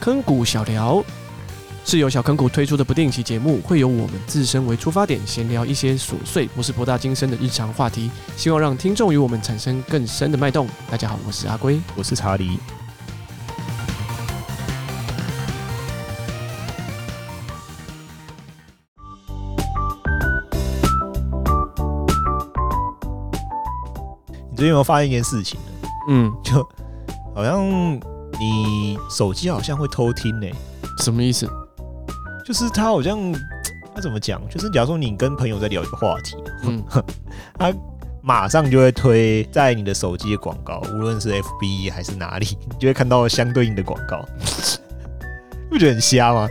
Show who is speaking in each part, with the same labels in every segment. Speaker 1: 坑谷小聊，是由小坑谷推出的不定期节目，会由我们自身为出发点，闲聊一些琐碎不是博大精深的日常话题，希望让听众与我们产生更深的脉动。大家好，我是阿龟。
Speaker 2: 我是查理。你最近有没有发现一件事情呢？
Speaker 1: 嗯，
Speaker 2: 就好像你手机好像会偷听呢、
Speaker 1: 什么意思？
Speaker 2: 就是它好像它怎么讲？就是假如说你跟朋友在聊一个话题，
Speaker 1: 嗯，
Speaker 2: 它马上就会推在你的手机的广告，无论是 FB 还是哪里， 你就会看到相对应的广告。 不觉得很瞎吗？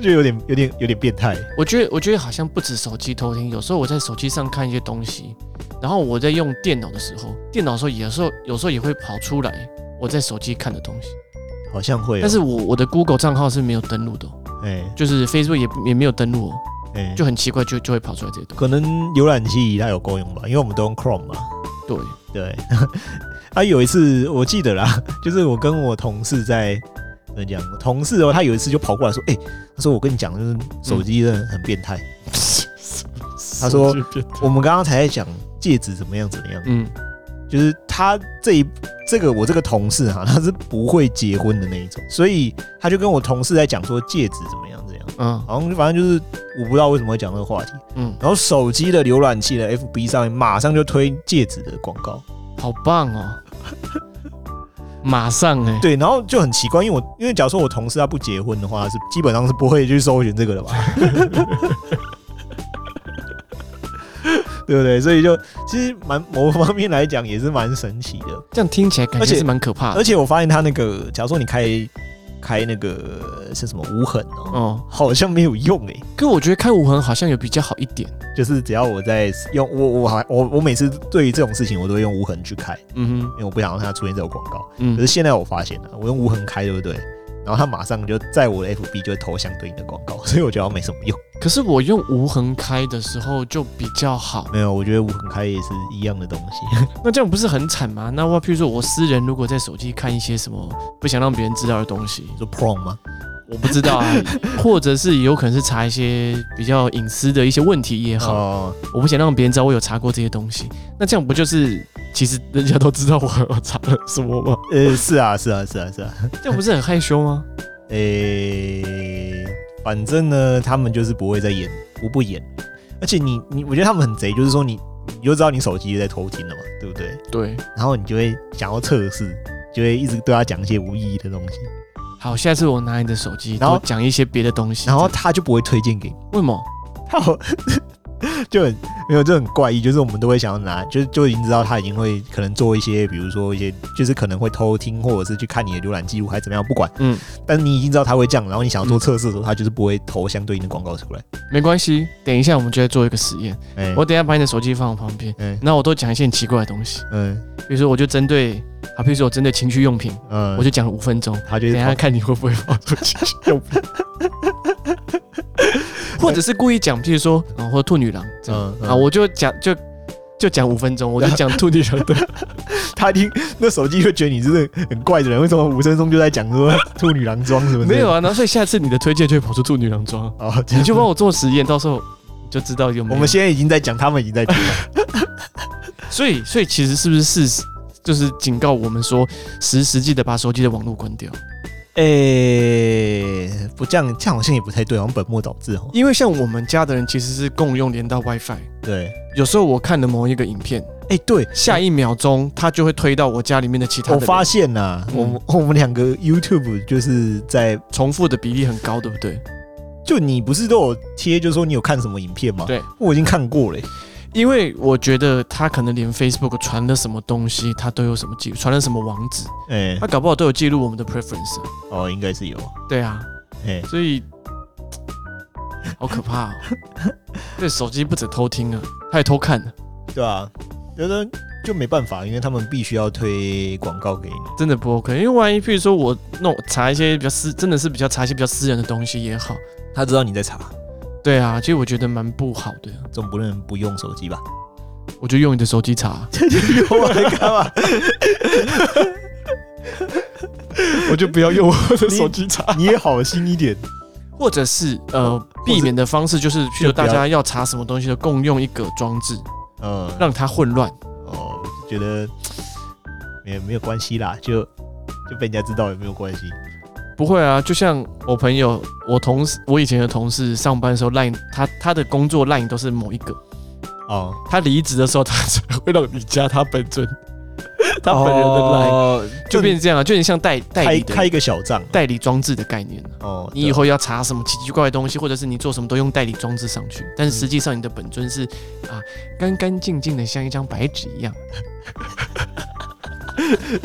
Speaker 2: 就有点有点有点变态。
Speaker 1: 我觉得我觉得好像不止手机偷听，有时候我在手机上看一些东西，然后我在用电脑的时候，电脑的时候有时候有时候也会跑出来我在手机看的东西，
Speaker 2: 好像会、哦，
Speaker 1: 但是我我的 Google 账号是没有登录的哦、
Speaker 2: 哎
Speaker 1: 就是 Facebook 也也没有登录、哦，
Speaker 2: 哎、
Speaker 1: 就
Speaker 2: 就
Speaker 1: 很奇怪就就会跑出来这些东西。
Speaker 2: 可能浏览器它有够用吧，因为我们都用 Chrome 嘛。
Speaker 1: 对，
Speaker 2: 对， 啊，有一次我记得啦，就是我跟我同事在怎么讲，同事哦，他有一次就跑过来说，哎、他说我跟你讲，就是手机真的很变态。 他说我们刚刚才在讲戒指怎么样怎么样，
Speaker 1: 嗯，
Speaker 2: 就是他这一这个我这个同事哈、 他是不会结婚的那一种，所以他就跟我同事在讲说戒指怎么样怎么样，
Speaker 1: 嗯
Speaker 2: 好像就反正就是我不知道为什么会讲这个话题，
Speaker 1: 嗯，
Speaker 2: 然后手机的浏览器的 FB 上面马上就推戒指的广告。
Speaker 1: 好棒哦！ 马上哎、
Speaker 2: 对，然后就很奇怪，因为我因为假如说我同事他不结婚的话，是基本上是不会去搜寻这个的吧， 对不对？所以就其实蛮某方面来讲也是蛮神奇的，
Speaker 1: 这样听起来感
Speaker 2: 而
Speaker 1: 觉
Speaker 2: 且
Speaker 1: 是蛮可怕
Speaker 2: 而
Speaker 1: 的。
Speaker 2: 且我发现他那个，假如说你开开那个是什么无痕哦，
Speaker 1: 哦，
Speaker 2: 好像没有用诶、欸
Speaker 1: 可我觉得看无痕好像有比较好一点。
Speaker 2: 就是只要我在用我我还我我每次对于这种事情我都会用无痕去开，
Speaker 1: 嗯
Speaker 2: 因为我不想让它出现这种广告。
Speaker 1: 哼，嗯
Speaker 2: 可是现在我发现了、我用无痕开，对不对？然后它马上就在我的 FB 就会投相对应的广告，所以我觉得好像没什么用。
Speaker 1: 可是我用无痕开的时候就比较好，
Speaker 2: 没有，我觉得无痕开也是一样的东西。
Speaker 1: 那这样不是很惨吗？那我譬如说我私人如果在手机看一些什么不想让别人知道的东西，
Speaker 2: 你说 Prom 吗？
Speaker 1: 我不知道 啊，或者是有可能是查一些比较隐私的一些问题也好，
Speaker 2: 哦，
Speaker 1: 我不想让别人知道我有查过这些东西。那这样不就是其实人家都知道我我查了什么吗？
Speaker 2: 呃，是啊，是啊，是啊，是啊。
Speaker 1: 这样不是很害羞吗？
Speaker 2: 诶、呃反正呢，他们就是不会再演，不不演。而且你你，我觉得他们很贼，就是说你你就知道你手机在偷听了嘛，对不对？
Speaker 1: 对，
Speaker 2: 然后你就会想要测试，就会一直对他讲一些无意义的东西，
Speaker 1: 好，下次我拿你的手机，
Speaker 2: 然
Speaker 1: 然
Speaker 2: 后
Speaker 1: 后讲一些别的东西。
Speaker 2: 然后他就不会推荐给你。
Speaker 1: 为什么？
Speaker 2: 他好 就很没有，就很怪异，就是我们都会想要拿，就是就已经知道他已经会可能做一些，比如说一些，就是可能会偷听或者是去看你的浏览记录还怎么样，不管，
Speaker 1: 嗯，
Speaker 2: 但你已经知道他会这样，然后你想要做测试的时候，他就是不会投相对应的广告出来。
Speaker 1: 没关系，等一下我们就来做一个实验。
Speaker 2: 哎、
Speaker 1: 我等一下把你的手机放我旁边，
Speaker 2: 嗯
Speaker 1: 那我都讲一些很奇怪的东西，
Speaker 2: 嗯
Speaker 1: 比如说我就针对，好，比如说我针对情趣用品，
Speaker 2: 嗯，
Speaker 1: 我就讲了五分钟。
Speaker 2: 他就
Speaker 1: 等
Speaker 2: 是
Speaker 1: 一下看你会不会跑出去，或者是故意讲，譬如说，啊、或者兔女郎这样、
Speaker 2: 嗯嗯
Speaker 1: 啊，我就讲就就讲五分钟，我就讲兔女郎的，
Speaker 2: 他听那手机就觉得你是很怪的人，为什么五分钟就在讲说 兔女郎装什么？
Speaker 1: 没有，啊，然后所以下次你的推荐就会跑出兔女郎装，
Speaker 2: 哦，这
Speaker 1: 你
Speaker 2: 样
Speaker 1: 就帮我做实验，到时候你就知道有没有。
Speaker 2: 我们现在已经在讲，他们已经在 听了，
Speaker 1: 所以所以其实是不是事实就是警告我们说，实实际的把手机的网络关掉，
Speaker 2: 哎、不这样，这样好像也不太对，好像本末倒置哦。
Speaker 1: 因为像我们家的人其实是共用连到 WiFi，
Speaker 2: 对，
Speaker 1: 有时候我看了某一个影片，
Speaker 2: 哎、对，
Speaker 1: 下一秒钟它就会推到我家里面的其他的
Speaker 2: 我
Speaker 1: 人。
Speaker 2: 发现呐、
Speaker 1: 嗯
Speaker 2: 我们 我们两个 YouTube 就是在
Speaker 1: 重复的比例很高，对不对？
Speaker 2: 就你不是都有贴，就是说你有看什么影片吗？
Speaker 1: 对，
Speaker 2: 我已经看过了欸、
Speaker 1: 因为我觉得他可能连 Facebook 传了什么东西，他都有什么记录，传了什么网址，
Speaker 2: 哎、
Speaker 1: 他搞不好都有记录我们的 preference 啊。
Speaker 2: 哦，应该是有，
Speaker 1: 对啊，
Speaker 2: 哎、
Speaker 1: 所以好可 怕哦。对，手机不止偷听啊，他也偷看啊，
Speaker 2: 对啊，觉得就没办法，因为他们必须要推广告给你，
Speaker 1: 真的不 OK。因为万一譬如说我那我查一些比较私，真的是比较查一些比较私人的东西也好，
Speaker 2: 他知道你在查，
Speaker 1: 对啊，其实我觉得蛮不好的。
Speaker 2: 总不能不用手 机吧？啊
Speaker 1: 我就用你的 手机查，
Speaker 2: 用我来干嘛？
Speaker 1: 我就不要用我的
Speaker 2: 你
Speaker 1: 手机查。
Speaker 2: 你也好心一点，
Speaker 1: 或者是呃
Speaker 2: 或，
Speaker 1: 避免的方式就是，譬如
Speaker 2: 就不
Speaker 1: 大
Speaker 2: 要
Speaker 1: 家要查什么东西的，共用一个装置，
Speaker 2: 嗯，
Speaker 1: 让它混乱。
Speaker 2: 哦，觉得没有没有关系啦，就就被人家知道也没有关系。
Speaker 1: 不会啊，就像我朋友，我同事，我以前的同事上班的时候，line 他他的工作 line 都是某一个，
Speaker 2: 哦，
Speaker 1: 他离职的时候，他才会让你加他本 尊，他本人的 line、就哦变成这样啊，就有点像代代
Speaker 2: 开
Speaker 1: 理的
Speaker 2: 开一个小账
Speaker 1: 代理装置的概念啊。
Speaker 2: 哦，
Speaker 1: 你以后要查什么奇奇怪怪的东西，或者是你做什么都用代理装置上去，
Speaker 2: 嗯
Speaker 1: 但是实际上你的本尊是啊干干净净的，像一张白纸一样。
Speaker 2: 嗯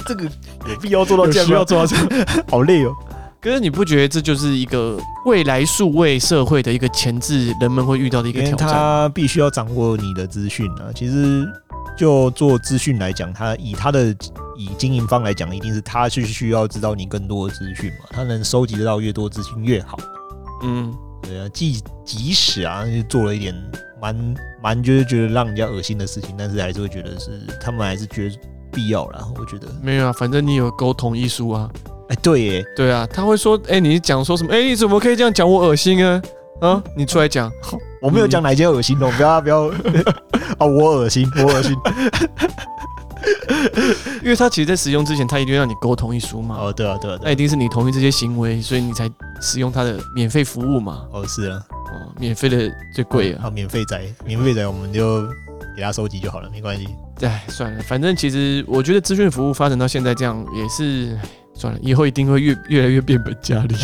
Speaker 2: 这个有必要做到这
Speaker 1: 有
Speaker 2: 样
Speaker 1: 需要
Speaker 2: 吗，
Speaker 1: 做到这样。
Speaker 2: 好累哦。
Speaker 1: 可是你不觉得这就是一个未来数位社会的一个前置，人们会遇 到的一
Speaker 2: 因
Speaker 1: 个
Speaker 2: 为
Speaker 1: 挑战？
Speaker 2: 他必须要掌握你的资讯啊。其实就做资讯来讲，他以他的以经营方来讲，一定是他是需要知道你更多的资讯嘛，他能收集得到越多资讯越好。
Speaker 1: 嗯，
Speaker 2: 对啊，即即使啊就做了一点蛮蛮就是觉得让人家恶心的事情，但是还是会觉得是他们还是觉得必要啦。我觉得，
Speaker 1: 没有啊，反正你有沟通艺术啊。
Speaker 2: 哎，对耶，
Speaker 1: 对啊，他会说，哎、你讲说什么？哎、你怎么可以这样讲我恶心啊？啊，你出来讲，
Speaker 2: 我没有讲哪一件恶心
Speaker 1: 嗯
Speaker 2: 的，不要 不 要啊，我恶心，我恶心。
Speaker 1: 因为他其实，在使用之前，他一定会让你沟通一书嘛。
Speaker 2: 哦，对啊，对啊，
Speaker 1: 那
Speaker 2: 对啊
Speaker 1: 一定是你同意这些行为，所以你才使用他的免费服务嘛。
Speaker 2: 哦是啊，
Speaker 1: 哦，免费的最贵啊。
Speaker 2: 哦好，免费仔，免费仔，我们就给他收集就好了，没关系。
Speaker 1: 哎，算了，反正其实我觉得资讯服务发展到现在这样也是唉算了，以后一定会越越来越变本加 厉。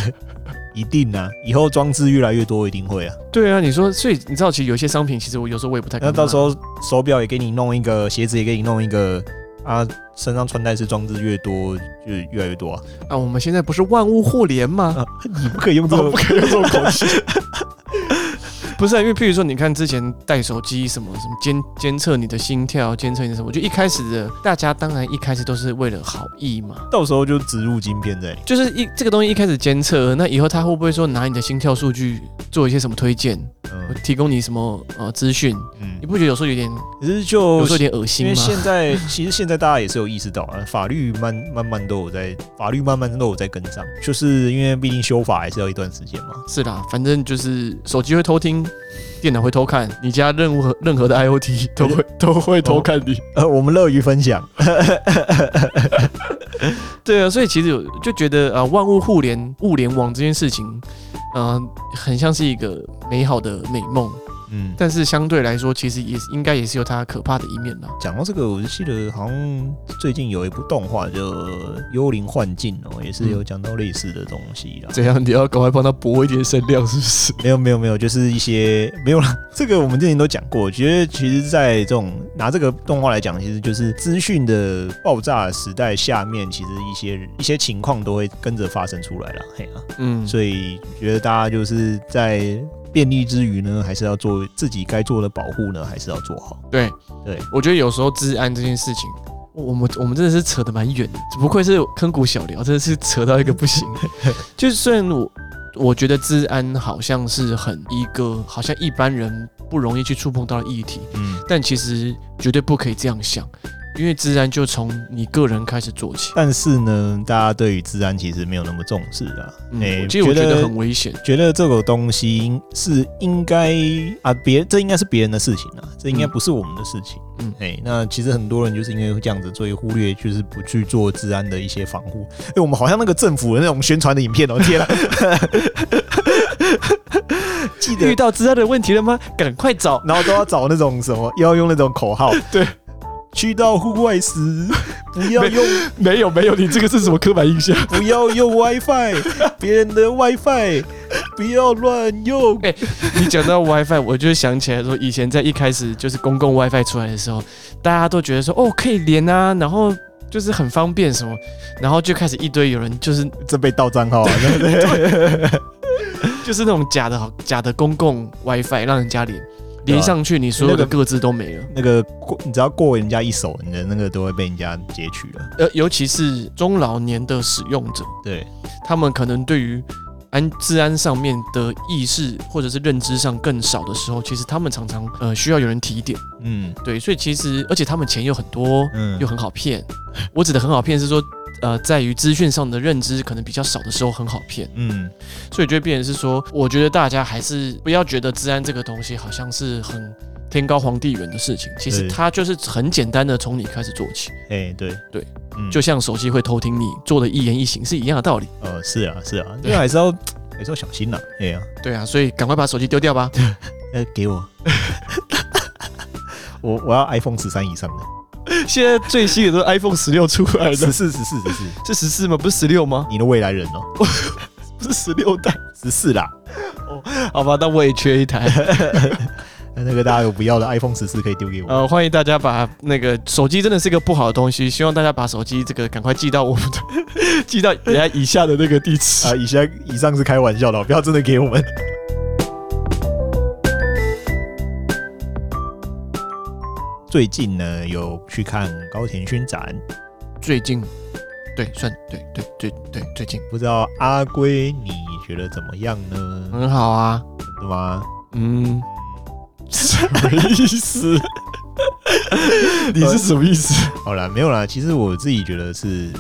Speaker 2: 一定啊，以后装置越来越多，一定会啊。
Speaker 1: 对啊，你说，所以你知道，其实有些商品，其实我有时候我也不太敢
Speaker 2: 那
Speaker 1: 买。
Speaker 2: 到时候手表也给你弄一个，鞋子也给你弄一个，啊，身上穿戴式装置越多，就越来越多啊。
Speaker 1: 啊，我们现在不是万物互联吗？
Speaker 2: 啊你不可以用这种，不可以用这 种口气。
Speaker 1: 不是、啊，因为譬如说，你看之前带手机什么什么监监测你的心跳，监测你的什么，就一开始的大家当然一开始都是为了好意嘛，
Speaker 2: 到时候就植入晶片在里。
Speaker 1: 就是一这个东西一开始监测，那以后他会不会说拿你的心跳数据做一些什么推荐，
Speaker 2: 嗯
Speaker 1: 提供你什么呃资讯？你
Speaker 2: 嗯，
Speaker 1: 不觉得有时候有点
Speaker 2: 可是
Speaker 1: 有
Speaker 2: 就
Speaker 1: 时候有点恶
Speaker 2: 因
Speaker 1: 心
Speaker 2: 为
Speaker 1: 吗？
Speaker 2: 现在其实现在大家也是有意识到啊，法律慢慢慢都有在，法律慢慢都有在跟上，就是因为毕竟修法还是要一段时间嘛。
Speaker 1: 是啦，反正就是手机会偷听，电脑会偷看，你家任何任何的 IOT 都会 都会偷看你。
Speaker 2: 呃，我们乐于分享。
Speaker 1: 对啊，所以其实有就觉得啊、呃万物互联、物联网这件事情，嗯、很像是一个美好的美梦，
Speaker 2: 嗯，
Speaker 1: 但是相对来说，其实也是应该也是有它可怕的一面啦。
Speaker 2: 讲到这个，我就记得好像最近有一部动画叫《幽灵幻境》哦，也是有讲到类似的东西啦。
Speaker 1: 怎样？你要赶快帮他博一点声量，是不是？
Speaker 2: 没有没有没有，就是一些没有啦。 这个我们之前都讲过，我觉得其实，在这种拿这个动画来讲，其实就是资讯的爆炸时代下面，其实一些一些情况都会跟着发生出来了。嘿啊，
Speaker 1: 嗯，
Speaker 2: 所以觉得大家就是在便利之余呢，还是要做自己该做的保护呢，还是要做好。
Speaker 1: 对
Speaker 2: 对，
Speaker 1: 我觉得有时候治安这件事情，我我们我们真的是扯得蛮远的，不愧是坑谷小聊，真的是扯到一个不 行。就是虽然我我觉得治安好像是很一个好像一般人不容易去触碰到的议题，
Speaker 2: 嗯，
Speaker 1: 但其实绝对不可以这样想，因为治安就从你个人开始做起。
Speaker 2: 但是呢，大家对于治安其实没有那么重视啊。
Speaker 1: 嗯，
Speaker 2: 诶
Speaker 1: 我其实我觉得很危险。
Speaker 2: 觉得这个东西是应该啊，别这应该是别人的事情啊，这应该
Speaker 1: 嗯
Speaker 2: 不是我们的事情。
Speaker 1: 嗯
Speaker 2: 嗯，哎、那其实很多人就是因为会这样子，所以忽略就是不去做治安的一些防护。哎、我们好像那个政府的那种宣传的影片哦、天啊！ 记
Speaker 1: 遇
Speaker 2: 得，
Speaker 1: 到治安的问题了吗？赶快找
Speaker 2: 然后都要找那种什么，要用那种口号，
Speaker 1: 对。
Speaker 2: 去到户外 时，不要
Speaker 1: 没
Speaker 2: 用
Speaker 1: 没有没有，你这个是什么刻板印象？
Speaker 2: 不要用 WiFi，别人的 WiFi 不要乱用。
Speaker 1: 你讲到 WiFi，我就想起来说，以前在一开始就是公共 WiFi 出来的时候，大家都觉得说哦可以连啊，然后就是很方便什么，然后就开始一堆有人就是
Speaker 2: 这被盗账号啊，对不对？
Speaker 1: 就是那种假的好假的公共 WiFi 让人家连连上去，你所有的
Speaker 2: 啊那个
Speaker 1: 各自都没了。
Speaker 2: 那个过，你只要过人家一手，你的那个都会被人家截取了。
Speaker 1: 呃，尤其是中老年的使用者，
Speaker 2: 对，
Speaker 1: 他们可能对于安治安上面的意识或者是认知上更少的时候，其实他们常常呃需要有人提点。
Speaker 2: 嗯
Speaker 1: 对，所以其实而且他们钱又很多，
Speaker 2: 嗯
Speaker 1: 又很好骗。我指的很好骗是说，呃在于资讯上的认知可能比较少的时候很好骗，
Speaker 2: 嗯，
Speaker 1: 所以就会变成是说，我觉得大家还是不要觉得治安这个东西好像是很天高皇帝远的事情，其实
Speaker 2: 对
Speaker 1: 它就是很简单的从你开始做起，
Speaker 2: 哎、对
Speaker 1: 对，
Speaker 2: 嗯，
Speaker 1: 就像手机会偷听你做的一言一行是一样的道理。
Speaker 2: 哦，是啊，是啊，
Speaker 1: 对
Speaker 2: 因为还是要还是要小心啦、哎呀、
Speaker 1: 对啊，所以赶快把手机丢掉吧。
Speaker 2: 呃，给我， 我我要 iPhone 十三以上的，
Speaker 1: 现在最新的都是 iPhone 十六出来
Speaker 2: 十，四、十四、十
Speaker 1: 是
Speaker 2: 四，
Speaker 1: 十四吗？不是十六吗？
Speaker 2: 你的未来人哦，
Speaker 1: 不是十六代？
Speaker 2: 十四啦，
Speaker 1: 好吧，那我也缺一台。
Speaker 2: 那那个大家有不要的 iPhone 十四可以丢给我，
Speaker 1: 呃，欢迎大家把那个手机真的是一个不好的东西，希望大家把手机这个赶快寄到我们的，寄到人家以下的那个地址。
Speaker 2: 啊，以下以上是开玩笑的哦，不要真的给我们。最近呢，有去看高田勋展，
Speaker 1: 最近，对，算对对对对，最近
Speaker 2: 不知道阿龟你觉得怎么样呢？
Speaker 1: 很好啊。
Speaker 2: 真的吗？
Speaker 1: 嗯，什么意思？你是什么意思？
Speaker 2: 好啦，没有啦，其实我自己觉得是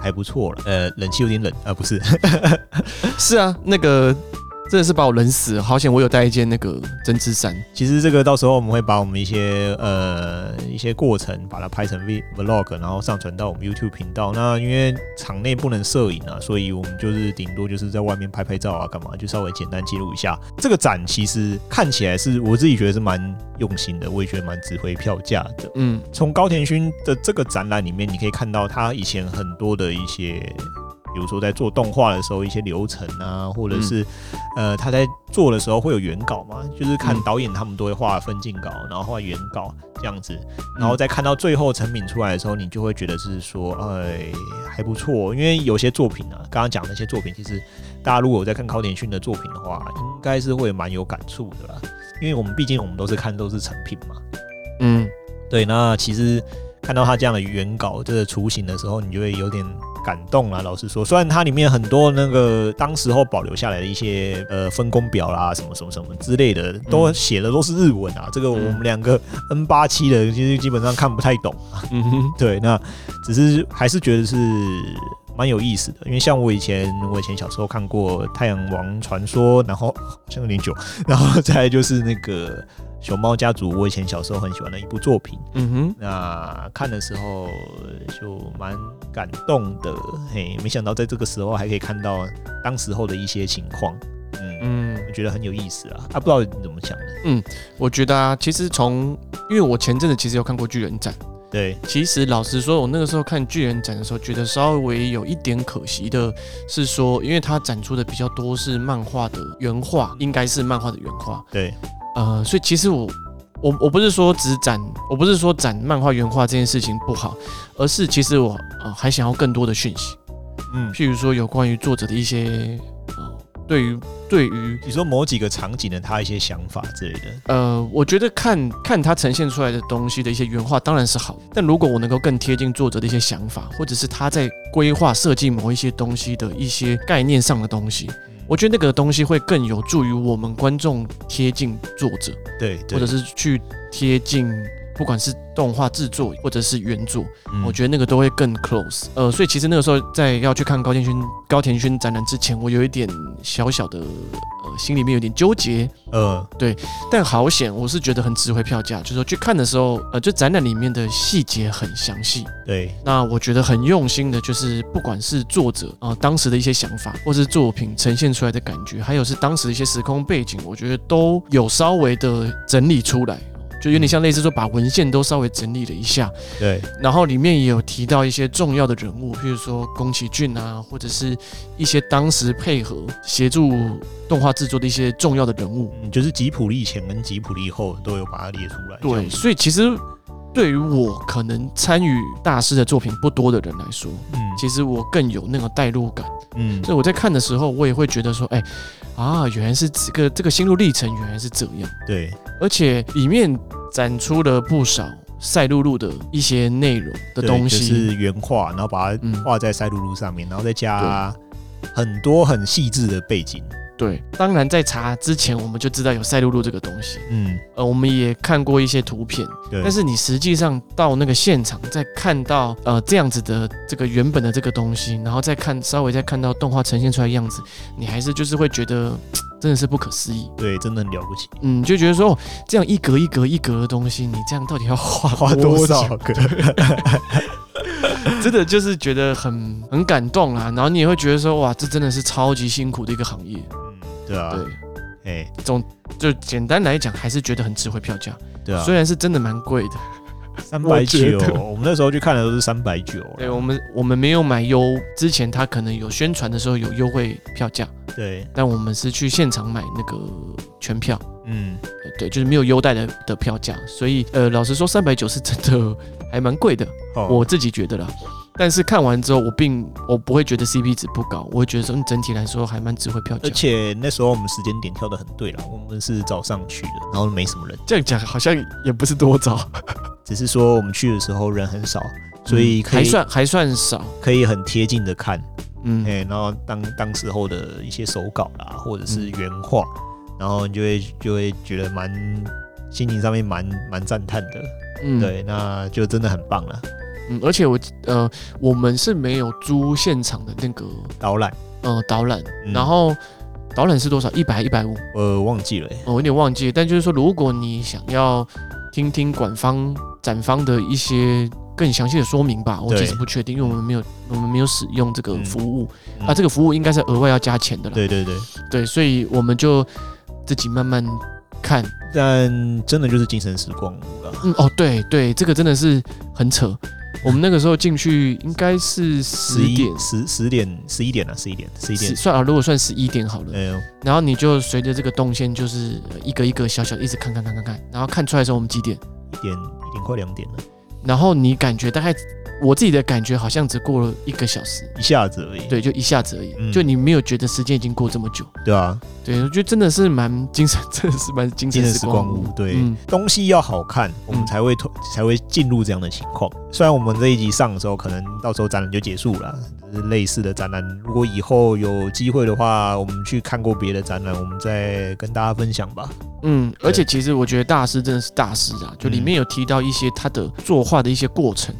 Speaker 2: 还不错了。呃，冷气有点冷啊、不是，
Speaker 1: 是啊，那个真的是把我冷死了，好险我有带一件那个针织衫。
Speaker 2: 其实这个到时候我们会把我们一些呃一些过程把它拍成 V vlog，然后上传到我们 YouTube 频道。那因为场内不能摄影啊，所以我们就是顶多就是在外面拍拍照啊，干嘛就稍微简单记录一下。这个展其实看起来是我自己觉得是蛮用心的，我也觉得蛮值回票价的。
Speaker 1: 嗯，
Speaker 2: 从高田勋的这个展览里面，你可以看到他以前很多的一些，比如说在做动画的时候一些流程啊，或者是、呃他在做的时候会有原稿嘛，就是看
Speaker 1: 嗯
Speaker 2: 导演他们都会画分镜稿，然后画原稿这样子，然后再看到最后成品出来的时候，你就会觉得是说，哎，还不错。因为有些作品啊，刚刚讲那些作品，其实大家如果有在看高田勋的作品的话，应该是会蛮有感触的啦。因为我们毕竟我们都是看都是成品嘛，
Speaker 1: 嗯，
Speaker 2: 对，那其实看到他这样的原稿这个雏形的时候，你就会有点感动啦。老实说，虽然它里面很多那个当时候保留下来的一些呃分工表啦，什么什么什么之类的，都写的都是日文啊。这个我们两个 N 八七的，其实基本上看不太懂。
Speaker 1: 嗯哼，
Speaker 2: 对，那只是还是觉得是蛮有意思的，因为像我以前，我以前小时候看过《太阳王传说》，然后好像有点久，然后再来就是那个《熊猫家族》，我以前小时候很喜欢的一部作品。
Speaker 1: 嗯哼，
Speaker 2: 那看的时候就蛮感动的，嘿，没想到在这个时候还可以看到当时候的一些情况，嗯，
Speaker 1: 嗯。
Speaker 2: 我觉得很有意思啊。啊，不知道你怎么想的？
Speaker 1: 我觉得啊，其实从因为我前阵子其实有看过巨人展，
Speaker 2: 对，
Speaker 1: 其实老实说，我那个时候看巨人展的时候，觉得稍微有一点可惜的是说，因为它展出的比较多是漫画的原画，应该是漫画的原画，
Speaker 2: 对，
Speaker 1: 呃，所以其实我我我不是说只展，我不是说展漫画原画这件事情不好，而是其实我呃还想要更多的讯息，
Speaker 2: 嗯，
Speaker 1: 譬如说有关于作者的一些呃对于对于
Speaker 2: 你说某几个场景的他一些想法之类的，
Speaker 1: 呃，我觉得看看他呈现出来的东西的一些原画当然是好，但如果我能够更贴近作者的一些想法，或者是他在规划设计某一些东西的一些概念上的东西，
Speaker 2: 嗯
Speaker 1: 我觉得那个东西会更有助于我们观众贴近作者，
Speaker 2: 对，
Speaker 1: 或者
Speaker 2: 是
Speaker 1: 是去贴近。不管是动画制作或者是原作，我觉
Speaker 2: 得
Speaker 1: 得那个都会更 close。呃，所以其实那个时候在要去看高田勋高田勋展览之前，我有一点小小的呃心里面有点纠结，
Speaker 2: 呃，
Speaker 1: 但好险，我是觉得很值回票价。就是说去看的时候，呃，就展览里面的细节很详细。
Speaker 2: 对，
Speaker 1: 那我觉得很用心的，就是不管是作者啊、呃当时的一些想法，或是作品呈现出来的感觉，还有是当时的一些时空背景，我觉得都有稍微的整理出来。就有点像类似说把文献都稍微整理了一下，
Speaker 2: 对，
Speaker 1: 然后里面也有提到一些重要的人物，譬如说宫崎骏啊，或者是一些当时配合协助动画制作的一些重要的人物。
Speaker 2: 嗯，就是吉普力前跟吉普力后都有把它列出来，这
Speaker 1: 对，
Speaker 2: 样子
Speaker 1: 所以其实对于我可能参与大师的作品不多的人来说，
Speaker 2: 嗯，
Speaker 1: 其实我更有那个代入感。
Speaker 2: 嗯，
Speaker 1: 所以我在看的时候，我也会觉得说，哎、啊，原来是这个这个心路历程原来是这样，
Speaker 2: 对，
Speaker 1: 而且里面展出了不少赛璐璐的一些内容的
Speaker 2: 对
Speaker 1: 东
Speaker 2: 就
Speaker 1: 西。
Speaker 2: 是原画，然后把它
Speaker 1: 嗯
Speaker 2: 画在赛璐璐上面，然后再加很多很细致的背景，
Speaker 1: 对，当然在查之前我们就知道有赛璐璐这个东西，
Speaker 2: 嗯，
Speaker 1: 呃，我们也看过一些图片，
Speaker 2: 对。
Speaker 1: 但是你实际上到那个现场，再看到呃这样子的这个原本的这个东西，然后再看稍微再看到动画呈现出来的样子，你还是就是会觉得真的是不可思议，
Speaker 2: 对，真的很了不 起，
Speaker 1: 嗯，就觉得说、哦、这样一格一格一格的东西，你这样到底要画
Speaker 2: 花 多少
Speaker 1: 久？
Speaker 2: 个？
Speaker 1: 真的就是觉得很很感动啊啦。然后你也会觉得说哇，这真的是超级辛苦的一个行业，
Speaker 2: 嗯，对啊，
Speaker 1: 对，
Speaker 2: 哎，
Speaker 1: 就简单来讲还是觉得很值回票价，
Speaker 2: 对啊
Speaker 1: 虽，然是真的蛮贵的。
Speaker 2: 三
Speaker 1: 我
Speaker 2: 百
Speaker 1: 觉
Speaker 2: 九，我们那时候去看的都是三百九，
Speaker 1: 对我们，我们没有买优，之前他可能有宣传的时候有优惠票价，
Speaker 2: 对，
Speaker 1: 但我们是去现场买那个全票，
Speaker 2: 嗯，
Speaker 1: 呃对，就是没有优待的的票价，所以呃，老实说，三百九是真的还蛮贵的，
Speaker 2: 哦
Speaker 1: 我自己觉得啦。但是看完之后，我并我不会觉得 CP 值不高，我会觉得说嗯整体来说还蛮值回票价
Speaker 2: 而。且那时候我们时间点跳的很对了，我们是早上去的，然后没什么人，
Speaker 1: 这样讲好像也不是多早，
Speaker 2: 只是说我们去的时候人很少，所以可
Speaker 1: 还
Speaker 2: 以、
Speaker 1: 算还算少，
Speaker 2: 可以很贴近的看，
Speaker 1: 嗯，
Speaker 2: 哎、然后当当时候的一些手稿啦，或者是原画，
Speaker 1: 嗯
Speaker 2: 然后你就会就会觉得蛮心情上面蛮蛮赞叹的，
Speaker 1: 嗯，
Speaker 2: 对，那就真的很棒了，
Speaker 1: 嗯，而且我呃，我们是没有租现场的那个
Speaker 2: 导览，
Speaker 1: 呃导览，
Speaker 2: 嗯
Speaker 1: 然后导览是多少？一百一百五，
Speaker 2: 呃，忘记了、欸，
Speaker 1: 我有点忘记了。但就是说，如果你想要听听馆方展方的一些更详细的说明吧，我
Speaker 2: 对
Speaker 1: 其实不确定，因为我们没有我们没有使用这个
Speaker 2: 嗯
Speaker 1: 服务、
Speaker 2: 嗯
Speaker 1: 啊，这个服务应该是额外要加钱的啦。
Speaker 2: 对对对，
Speaker 1: 对，所以我们就自己慢慢看。
Speaker 2: 但真的就是精神时光屋了，
Speaker 1: 嗯，哦，对对，这个真的是很扯。我们那个时候进去应该是十
Speaker 2: 11
Speaker 1: 点，
Speaker 2: 十十点十一点了，十一点十一
Speaker 1: 十
Speaker 2: 点，
Speaker 1: 算啊，如果算十一点好了。
Speaker 2: 哎呦，
Speaker 1: 然后你就随着这个动线，就是呃一个一个小小的一直看看看看看，然后看出来的时候我们几点，
Speaker 2: 一点一点快两点了，
Speaker 1: 然后你感觉大概我自己的感觉好像只过了一个小时，
Speaker 2: 一下子而已，
Speaker 1: 对，就一下子而已，
Speaker 2: 嗯
Speaker 1: 就你没有觉得时间已经过这么久，
Speaker 2: 对啊，
Speaker 1: 对，我觉得真的是蛮精神，真的是蛮精
Speaker 2: 精
Speaker 1: 神
Speaker 2: 神
Speaker 1: 时
Speaker 2: 时
Speaker 1: 光
Speaker 2: 光
Speaker 1: 屋
Speaker 2: 屋，，对，
Speaker 1: 嗯
Speaker 2: 东西要好看，我们
Speaker 1: 嗯
Speaker 2: 才会、才会进入这样的情况。虽然我们这一集上的时候，可能到时候展览就结束了，就是类似的展览，如果以后有机会的话，我们去看过别的展览，我们再跟大家分享吧。
Speaker 1: 嗯，而且其实我觉得大师真的是大师啊，就里面有提到一些他的作画的一些过程，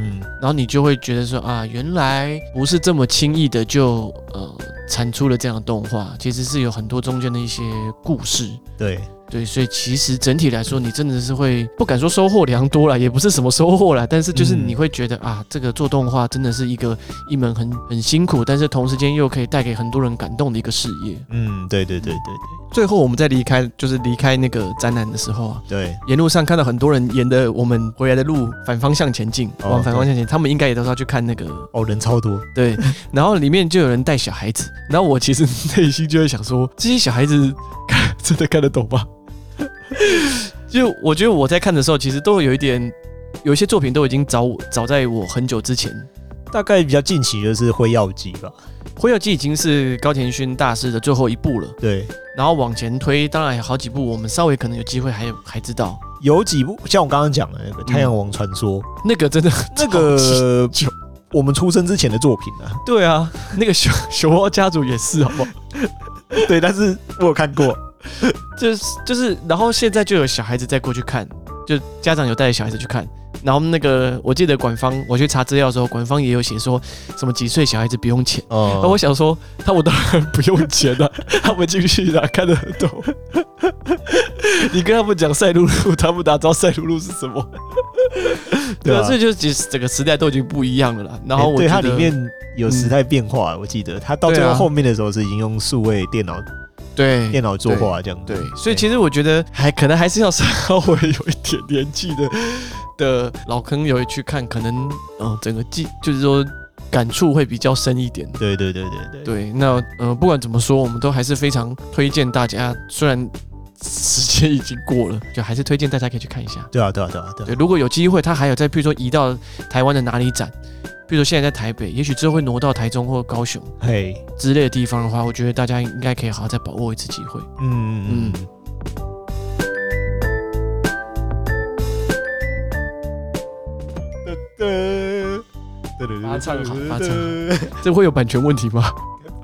Speaker 2: 嗯，
Speaker 1: 然后你就会觉得说啊，原来不是这么轻易的就呃产出了这样的动画，其实是有很多中间的一些故事。
Speaker 2: 对，
Speaker 1: 对，所以其实整体来说，你真的是会不敢说收获良多啦，也不是什么收获啦，但是就是
Speaker 2: 嗯
Speaker 1: 你会觉得、啊，这个做动画真的是一个一门很很辛苦，但是同时间又可以带给很多人感动的一个事业。
Speaker 2: 嗯，对对对对
Speaker 1: 最后我们在离开，就是离开那个展览的时候啊，
Speaker 2: 对对，
Speaker 1: 沿路上看到很多人沿着我们回来的路反方向前进，
Speaker 2: 哦
Speaker 1: 往反方向前进，他们应该也都是要去看那个
Speaker 2: 哦，人超多，
Speaker 1: 对，然后里面就有人带小孩子，然后我其实 内心就会想说，这些小孩子看真的看得懂吗？ 就我觉得我在看的时候，其实都有一点，有一些作品都已经早早在我很久之前，
Speaker 2: 大概比较近期就是《辉耀记》吧。
Speaker 1: 《灰耀记》已经是高田勋大师的最后一部了，
Speaker 2: 对，
Speaker 1: 然后往前推，当然有好几部，我们稍微可能有机会还有还知道，
Speaker 2: 有几部像我刚刚讲的那个《太阳王传 说》
Speaker 1: 那个真的
Speaker 2: 嗯 那
Speaker 1: 超级
Speaker 2: 个我们出生之前的作品啊。
Speaker 1: 对啊，那个熊熊猫家族也是，好不好？
Speaker 2: 对，但是我有看过。
Speaker 1: 就是就是，然后现在就有小孩子再过去看，就家长有带着小孩子去看。然后那个，我记得管方，我去查资料的时候，管方也有写说什么几岁小孩子不用钱。
Speaker 2: 哦
Speaker 1: 那、我想说，他们当然不用钱了、他们进去哪看得懂？ 你跟他们讲赛璐璐，他们哪知道赛璐璐是什么？对啊，
Speaker 2: 对啊
Speaker 1: 这就是其实整个时代都已经不一样了啦。然后
Speaker 2: 欸
Speaker 1: 我
Speaker 2: 对它
Speaker 1: 觉得
Speaker 2: 里面有时代变化，我记得它到最
Speaker 1: 对
Speaker 2: 后
Speaker 1: 啊
Speaker 2: 后面的时候是已经用数位电脑
Speaker 1: 对
Speaker 2: 电脑作画这样子。
Speaker 1: 对，所以其实我觉得还可能还是要稍微有一点年纪的的老坑友去看，可能呃整个记就是说感触会比较深一点。
Speaker 2: 对对对对对
Speaker 1: 对，那呃不管怎么说，我们都还是非常推荐大家，虽然时间已经过了，就还是推荐大家可以去看一下。
Speaker 2: 对啊对啊对啊对啊
Speaker 1: 对，如果有机会，他还有在譬如说移到台湾的哪里展，譬如说现在在台北，也许之后会挪到台中或高雄
Speaker 2: 嘿，
Speaker 1: 之类的地方的话，我觉得大家应该可以好好再把握一次机会。
Speaker 2: 嗯嗯
Speaker 1: 嗯
Speaker 2: 嗯。噔噔
Speaker 1: 把它唱好把它唱这会有版权问题吗？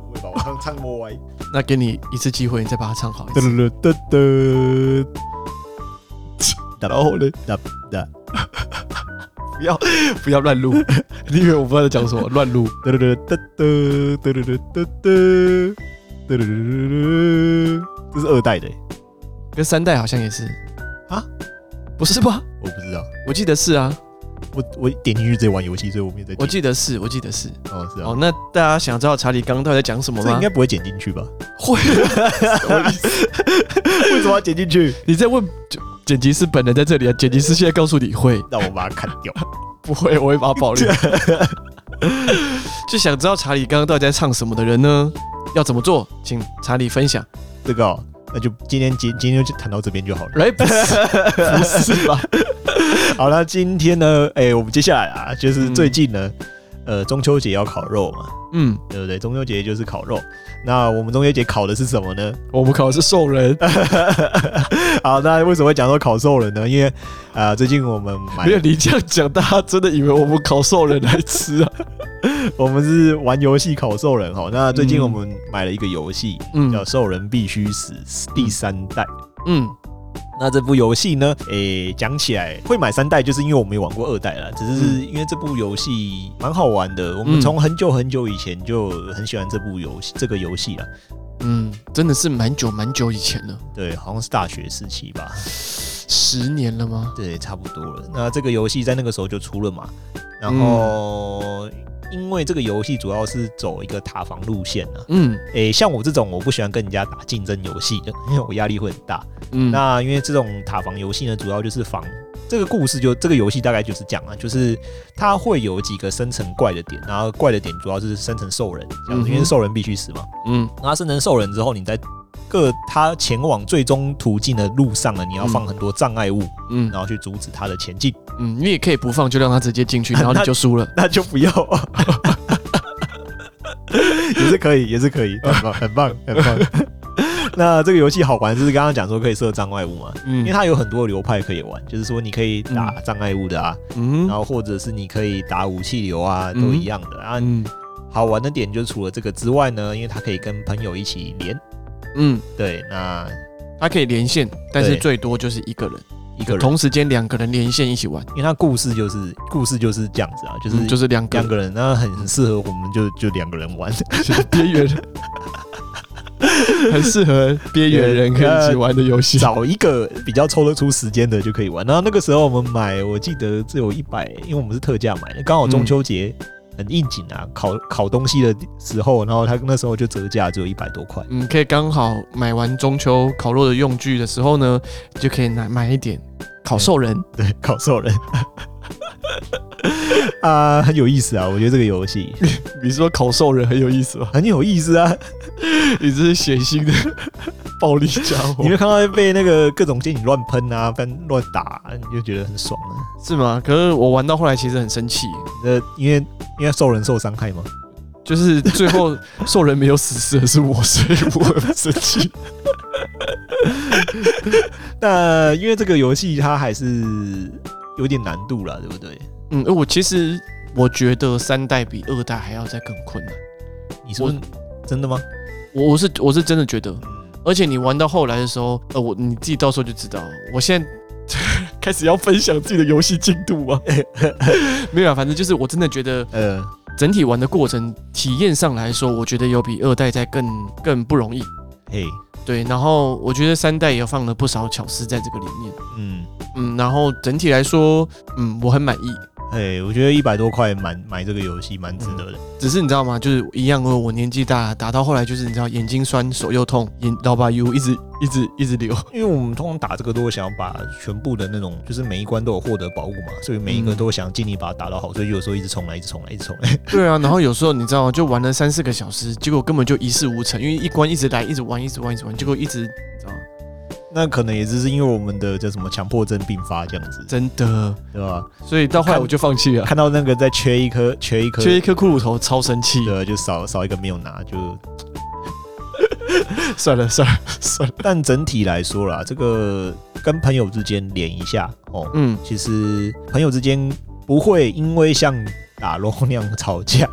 Speaker 2: 我会把我唱唱摸歪。
Speaker 1: 那给你一次机会，你再把它唱好一
Speaker 2: 噔
Speaker 1: 次。
Speaker 2: 噔噔噔，打到后了，打打
Speaker 1: 不要 不要乱录，你以为我不知道在讲什么？乱录。
Speaker 2: 噔噔噔噔噔噔噔噔噔噔，这是二代的欸、
Speaker 1: 跟三代好像也是
Speaker 2: 啊？
Speaker 1: 不是吧？
Speaker 2: 我不知道，
Speaker 1: 我记得是啊，
Speaker 2: 我我点进去直接玩游戏，所以我没有在
Speaker 1: 我
Speaker 2: 听。
Speaker 1: 记得是，我记得是。
Speaker 2: 哦，是啊，
Speaker 1: 哦，那大家想知道查理刚刚到底在讲什么
Speaker 2: 这
Speaker 1: 吗
Speaker 2: 应？该不会剪进去吧？
Speaker 1: 会，
Speaker 2: 为什么要剪进去？
Speaker 1: 你在问剪剪辑师本人在这里啊？剪辑师现在告诉你会
Speaker 2: 那我把它砍掉。
Speaker 1: 不会？我会把它保 留。就想知道查理刚刚到底在唱什么的人呢，要怎么做？请查理分享。
Speaker 2: 这个、哦，那就今天今今天就谈到这边就好了。
Speaker 1: 来，不是不是吧？
Speaker 2: 好了，今天呢，哎、我们接下来啊，就是最近呢，呃，中秋节要烤肉嘛，
Speaker 1: 嗯，
Speaker 2: 对不对？中秋节就是烤肉。那我们中秋节烤的是什么呢？
Speaker 1: 我们考的是兽人，
Speaker 2: 哎好，那为什么会讲说烤兽人呢？因为啊、最近我们买
Speaker 1: 没，有你这样讲，大家真的以为我们烤兽人来吃啊？
Speaker 2: 我们是玩游戏烤兽人哈。那最近
Speaker 1: 嗯
Speaker 2: 我们买了一个游戏、叫《
Speaker 1: 嗯
Speaker 2: 兽人必须死》第三代。
Speaker 1: 嗯
Speaker 2: 那这部游戏呢？诶、讲起来会买三代，就是因为我没玩过二代啦。只是因为这部游戏蛮好玩的，我们
Speaker 1: 嗯
Speaker 2: 从很久很久以前就很喜欢这部游戏，这个游戏啦。
Speaker 1: 嗯，真的是蛮久蛮久以前了，
Speaker 2: 对，好像是大学时期吧，
Speaker 1: 十年了吗？
Speaker 2: 对，差不多了。那这个游戏在那个时候就出了嘛，然后。因为这个游戏主要是走一个塔防路线啊，
Speaker 1: 嗯
Speaker 2: 诶、像我这种我不喜欢跟人家打竞争游戏的，因为我压力会很大。
Speaker 1: 嗯，
Speaker 2: 那因为这种塔防游戏呢，主要就是防这个故事就这个游戏大概就是讲啊，就是它会有几个生成怪的点，然后怪的点主要就是生成兽人，这样子，
Speaker 1: 嗯哼
Speaker 2: 因为兽人必须死嘛。
Speaker 1: 嗯
Speaker 2: 然后生成兽人之后，你在各他前往最终途径的路上呢，你要放很多障碍物，
Speaker 1: 嗯
Speaker 2: 然后去阻止他的前进。
Speaker 1: 嗯，你也可以不放，就让他直接进去，然后你就输了。
Speaker 2: 那就不要。 也是可以，也是可 以，很棒，很棒， 很棒。那这个游戏好玩，就是刚刚讲说可以设障碍物嘛，
Speaker 1: 嗯
Speaker 2: 因为它有很多流派可以玩，就是说你可以打障碍物的啊，
Speaker 1: 嗯
Speaker 2: 然后或者是你可以打武器流啊，
Speaker 1: 嗯
Speaker 2: 都一样的啊。
Speaker 1: 嗯
Speaker 2: 好玩的点就除了这个之外呢，因为它可以跟朋友一起连，
Speaker 1: 嗯，
Speaker 2: 对，那
Speaker 1: 他可以连线，但是
Speaker 2: 对
Speaker 1: 最多就是一个人，
Speaker 2: 一个人，
Speaker 1: 同时间两个人连线一起玩，
Speaker 2: 因为它故事就是故事就是这样子啊，就是
Speaker 1: 嗯就是两个
Speaker 2: 两
Speaker 1: 人
Speaker 2: 个人，那很很适合我们就就两个 人玩，
Speaker 1: 边缘人， 很适合边缘人可以一起玩的游 戏。
Speaker 2: 找一个比较抽得出时间的就可以玩。然后那个时候我们买，我记得只有一百，因为我们是特价买的，刚好中秋节很应景啊，烤烤东西的时候，然后他那时候就折价，只有一百多块。
Speaker 1: 嗯，可以刚好买完中秋烤肉的用具的时候呢，就可以拿买一点烤兽人。
Speaker 2: 对，烤兽人。 啊，很有意思啊！我觉得这个游戏
Speaker 1: 你说烤兽人很有意思吗？
Speaker 2: 很有意思啊！
Speaker 1: 你这是血腥的暴力家
Speaker 2: 你会看到被那个各种剑影乱喷啊、翻乱打啊、你就觉得很爽啊。
Speaker 1: 是吗？可是我玩到后来其实很生气，
Speaker 2: 呃，因为因为兽人受伤害嘛，
Speaker 1: 就是最 后兽人没有死死的是我，所以我很生气。
Speaker 2: 那因为这个游戏它还是有点难度啦，对不对？
Speaker 1: 嗯，呃我其实我觉得三代比二代还要再更困难。
Speaker 2: 你说真的吗？
Speaker 1: 我我是我是真的觉得，
Speaker 2: 嗯，
Speaker 1: 而且你玩到后来的时候，呃，我你自己到时候就知道了。我现在开始要分享自己的游戏进度吗？没有啊，反正就是我真的觉得
Speaker 2: 呃，
Speaker 1: 整体玩的过程体验上来说，我觉得有比二代在更更不容易。
Speaker 2: 嘿，
Speaker 1: 对，然后我觉得三代也放了不少巧思在这个里面。
Speaker 2: 嗯，
Speaker 1: 嗯，然后整体来说，嗯，我很满意。
Speaker 2: 嘿，我觉得一百多块买买这个游戏蛮值得的。
Speaker 1: 只是你知道吗？就是一样，我年纪大，打到后来就是你知道眼睛酸、手又痛，眼老把油一直一直一直流。
Speaker 2: 因为我们通常打这个都会想要把全部的那种，就是每一关都有获得宝物嘛，所以每一个
Speaker 1: 嗯
Speaker 2: 都想尽力把它打到好，所以有时候一直重来，一直重来，一直重来。
Speaker 1: 对啊，然后有时候你知道吗？就玩了三四个小时，结果根本就一事无成，因为一关一直来，一直玩，一直玩，一直玩，结果一直你知道吗？
Speaker 2: 那可能也只是因为我们的叫什么强迫症并发这样子，
Speaker 1: 真的，
Speaker 2: 对吧？
Speaker 1: 所以到后来我就放弃 了。
Speaker 2: 看到那个再缺一颗，缺一颗，
Speaker 1: 缺一颗骷髅头，超生气。
Speaker 2: 对啊，就少少一个没有拿，就
Speaker 1: 算了算了 算了，
Speaker 2: 但整体来说啦，这个跟朋友之间连一下哦，
Speaker 1: 嗯，
Speaker 2: 其实朋友之间不会因为像打 l 那样吵架。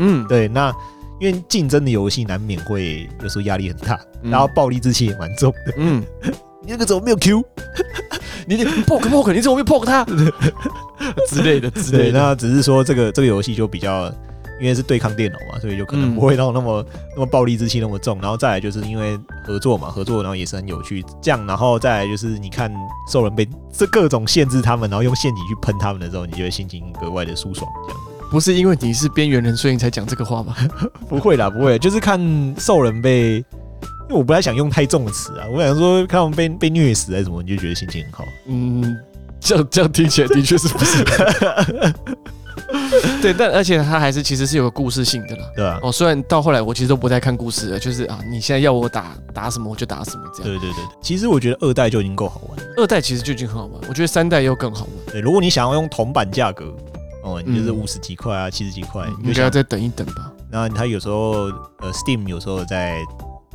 Speaker 1: 嗯，
Speaker 2: 对，那因为竞争的游戏难免会有时候压力很大，
Speaker 1: 嗯
Speaker 2: 然后暴力之气也蛮重的。
Speaker 1: 嗯，
Speaker 2: 你那个怎么没有 Q
Speaker 1: 你你 poke poke，你怎么没 poke 他之类 的之类
Speaker 2: 对，
Speaker 1: 的？
Speaker 2: 那只是说这个这个游戏就比较，因为是对抗电脑嘛，所以就可
Speaker 1: 嗯
Speaker 2: 能不会到那么、那么暴力之气那么重。然后再来就是因为合作嘛，合作然后也是很有趣。这样，然后再来就是你看兽人被这各种限制他们，然后用陷阱去喷他们的时候，你就会心情格外的舒爽。这样
Speaker 1: 不是因为你是边缘人，所以你才讲这个话吧？
Speaker 2: 不会啦，不会，就是看兽人被。因为我不太想用太重的词啊，我想说看他们被被虐死还是什么，你就觉得心情很好。
Speaker 1: 嗯，这样这样听起来的确是不是？对，但而且它还是其实是有个故事性的啦。
Speaker 2: 对吧、
Speaker 1: 哦，虽然到后来我其实都不太看故事了，就是啊，你现在要我打打什么我就打什么这样。
Speaker 2: 对对对，其实我觉得二代就已经够好玩了。
Speaker 1: 二代其实就已经很好玩，我觉得三代又更好玩，
Speaker 2: 对，如果你想要用铜板价格，哦，你就是
Speaker 1: 嗯
Speaker 2: 五十几块啊，七十几块，你
Speaker 1: 应
Speaker 2: 就
Speaker 1: 该要
Speaker 2: 想。
Speaker 1: 再等一等吧。
Speaker 2: 那它有时候呃，Steam 有时候在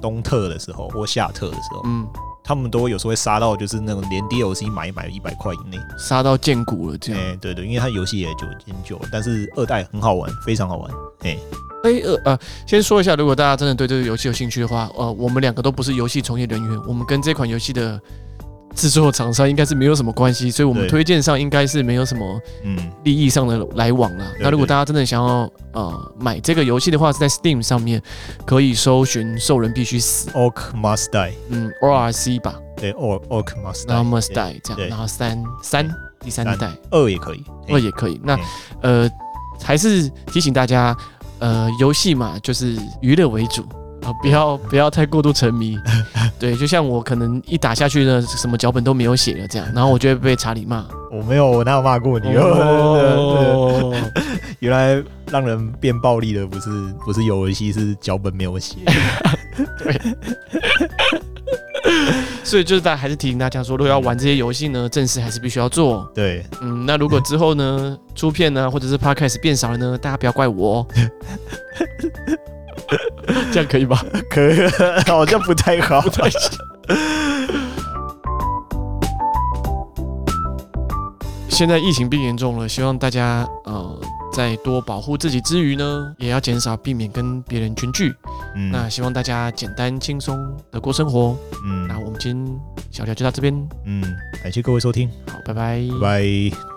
Speaker 2: 冬特的时候或夏特的时候，
Speaker 1: 嗯，
Speaker 2: 他们都有时候会杀到就是那种连 DLC 买一买一百块以内。
Speaker 1: 杀到见骨了这
Speaker 2: 哎、
Speaker 1: 样。
Speaker 2: 对对，因为它游戏也久很久了，但是二代很好玩，非常好玩。
Speaker 1: 哎、呃呃，先说一下，如果大家真的对这个游戏有兴趣的话，呃，我们两个都不是游戏从业人员，我们跟这款游戏的制作厂商应该是没有什么关系，所以我们
Speaker 2: 对
Speaker 1: 推荐上应该是没有什么
Speaker 2: 嗯，
Speaker 1: 利益上的来往啦。
Speaker 2: 对
Speaker 1: 那如果
Speaker 2: 对
Speaker 1: 大家真的想要呃买这个游戏的话，是在 Steam 上面可以搜寻“兽人必须死
Speaker 2: Orc Must Die，”，
Speaker 1: 嗯，ORC 吧，
Speaker 2: 对，Orc Orc Must
Speaker 1: 然
Speaker 2: Die，
Speaker 1: 后 Must
Speaker 2: 对
Speaker 1: Die 这
Speaker 2: 对
Speaker 1: 样，然后三三第三
Speaker 2: 三嗯
Speaker 1: 代
Speaker 2: 二也可以。
Speaker 1: 那
Speaker 2: 哎
Speaker 1: 也可以。那呃，还是提醒大家，呃，游戏嘛，就是娱乐为主啊，
Speaker 2: 嗯
Speaker 1: 不要不要太过度沉迷。 对，就像我可能一打下去呢，什么脚本都没有写了这样，然后我就会被查理骂。
Speaker 2: 我没有， 我哪有 骂过你？ 哦、
Speaker 1: 哦，
Speaker 2: 原来让人变暴力的不是不是游戏，是脚本没有写。
Speaker 1: 所以就是大家还是提醒大家说，如果要玩这些游戏呢，正事还是必须要做。
Speaker 2: 对，
Speaker 1: 嗯，那如果之后呢，出片呢，或者是 podcast 变少了呢，大家不要怪我、哦。 这样可以吧？
Speaker 2: 可 好像不太好。
Speaker 1: 现在疫情变严重了，希望大家呃在多保护自己之余呢，也要减少避免跟别人群聚。
Speaker 2: 嗯
Speaker 1: 那希望大家简单轻松的过生活。那
Speaker 2: 嗯
Speaker 1: 我们今天小聊就到这边，
Speaker 2: 嗯，感谢各位收听，
Speaker 1: 好，拜拜
Speaker 2: 拜拜。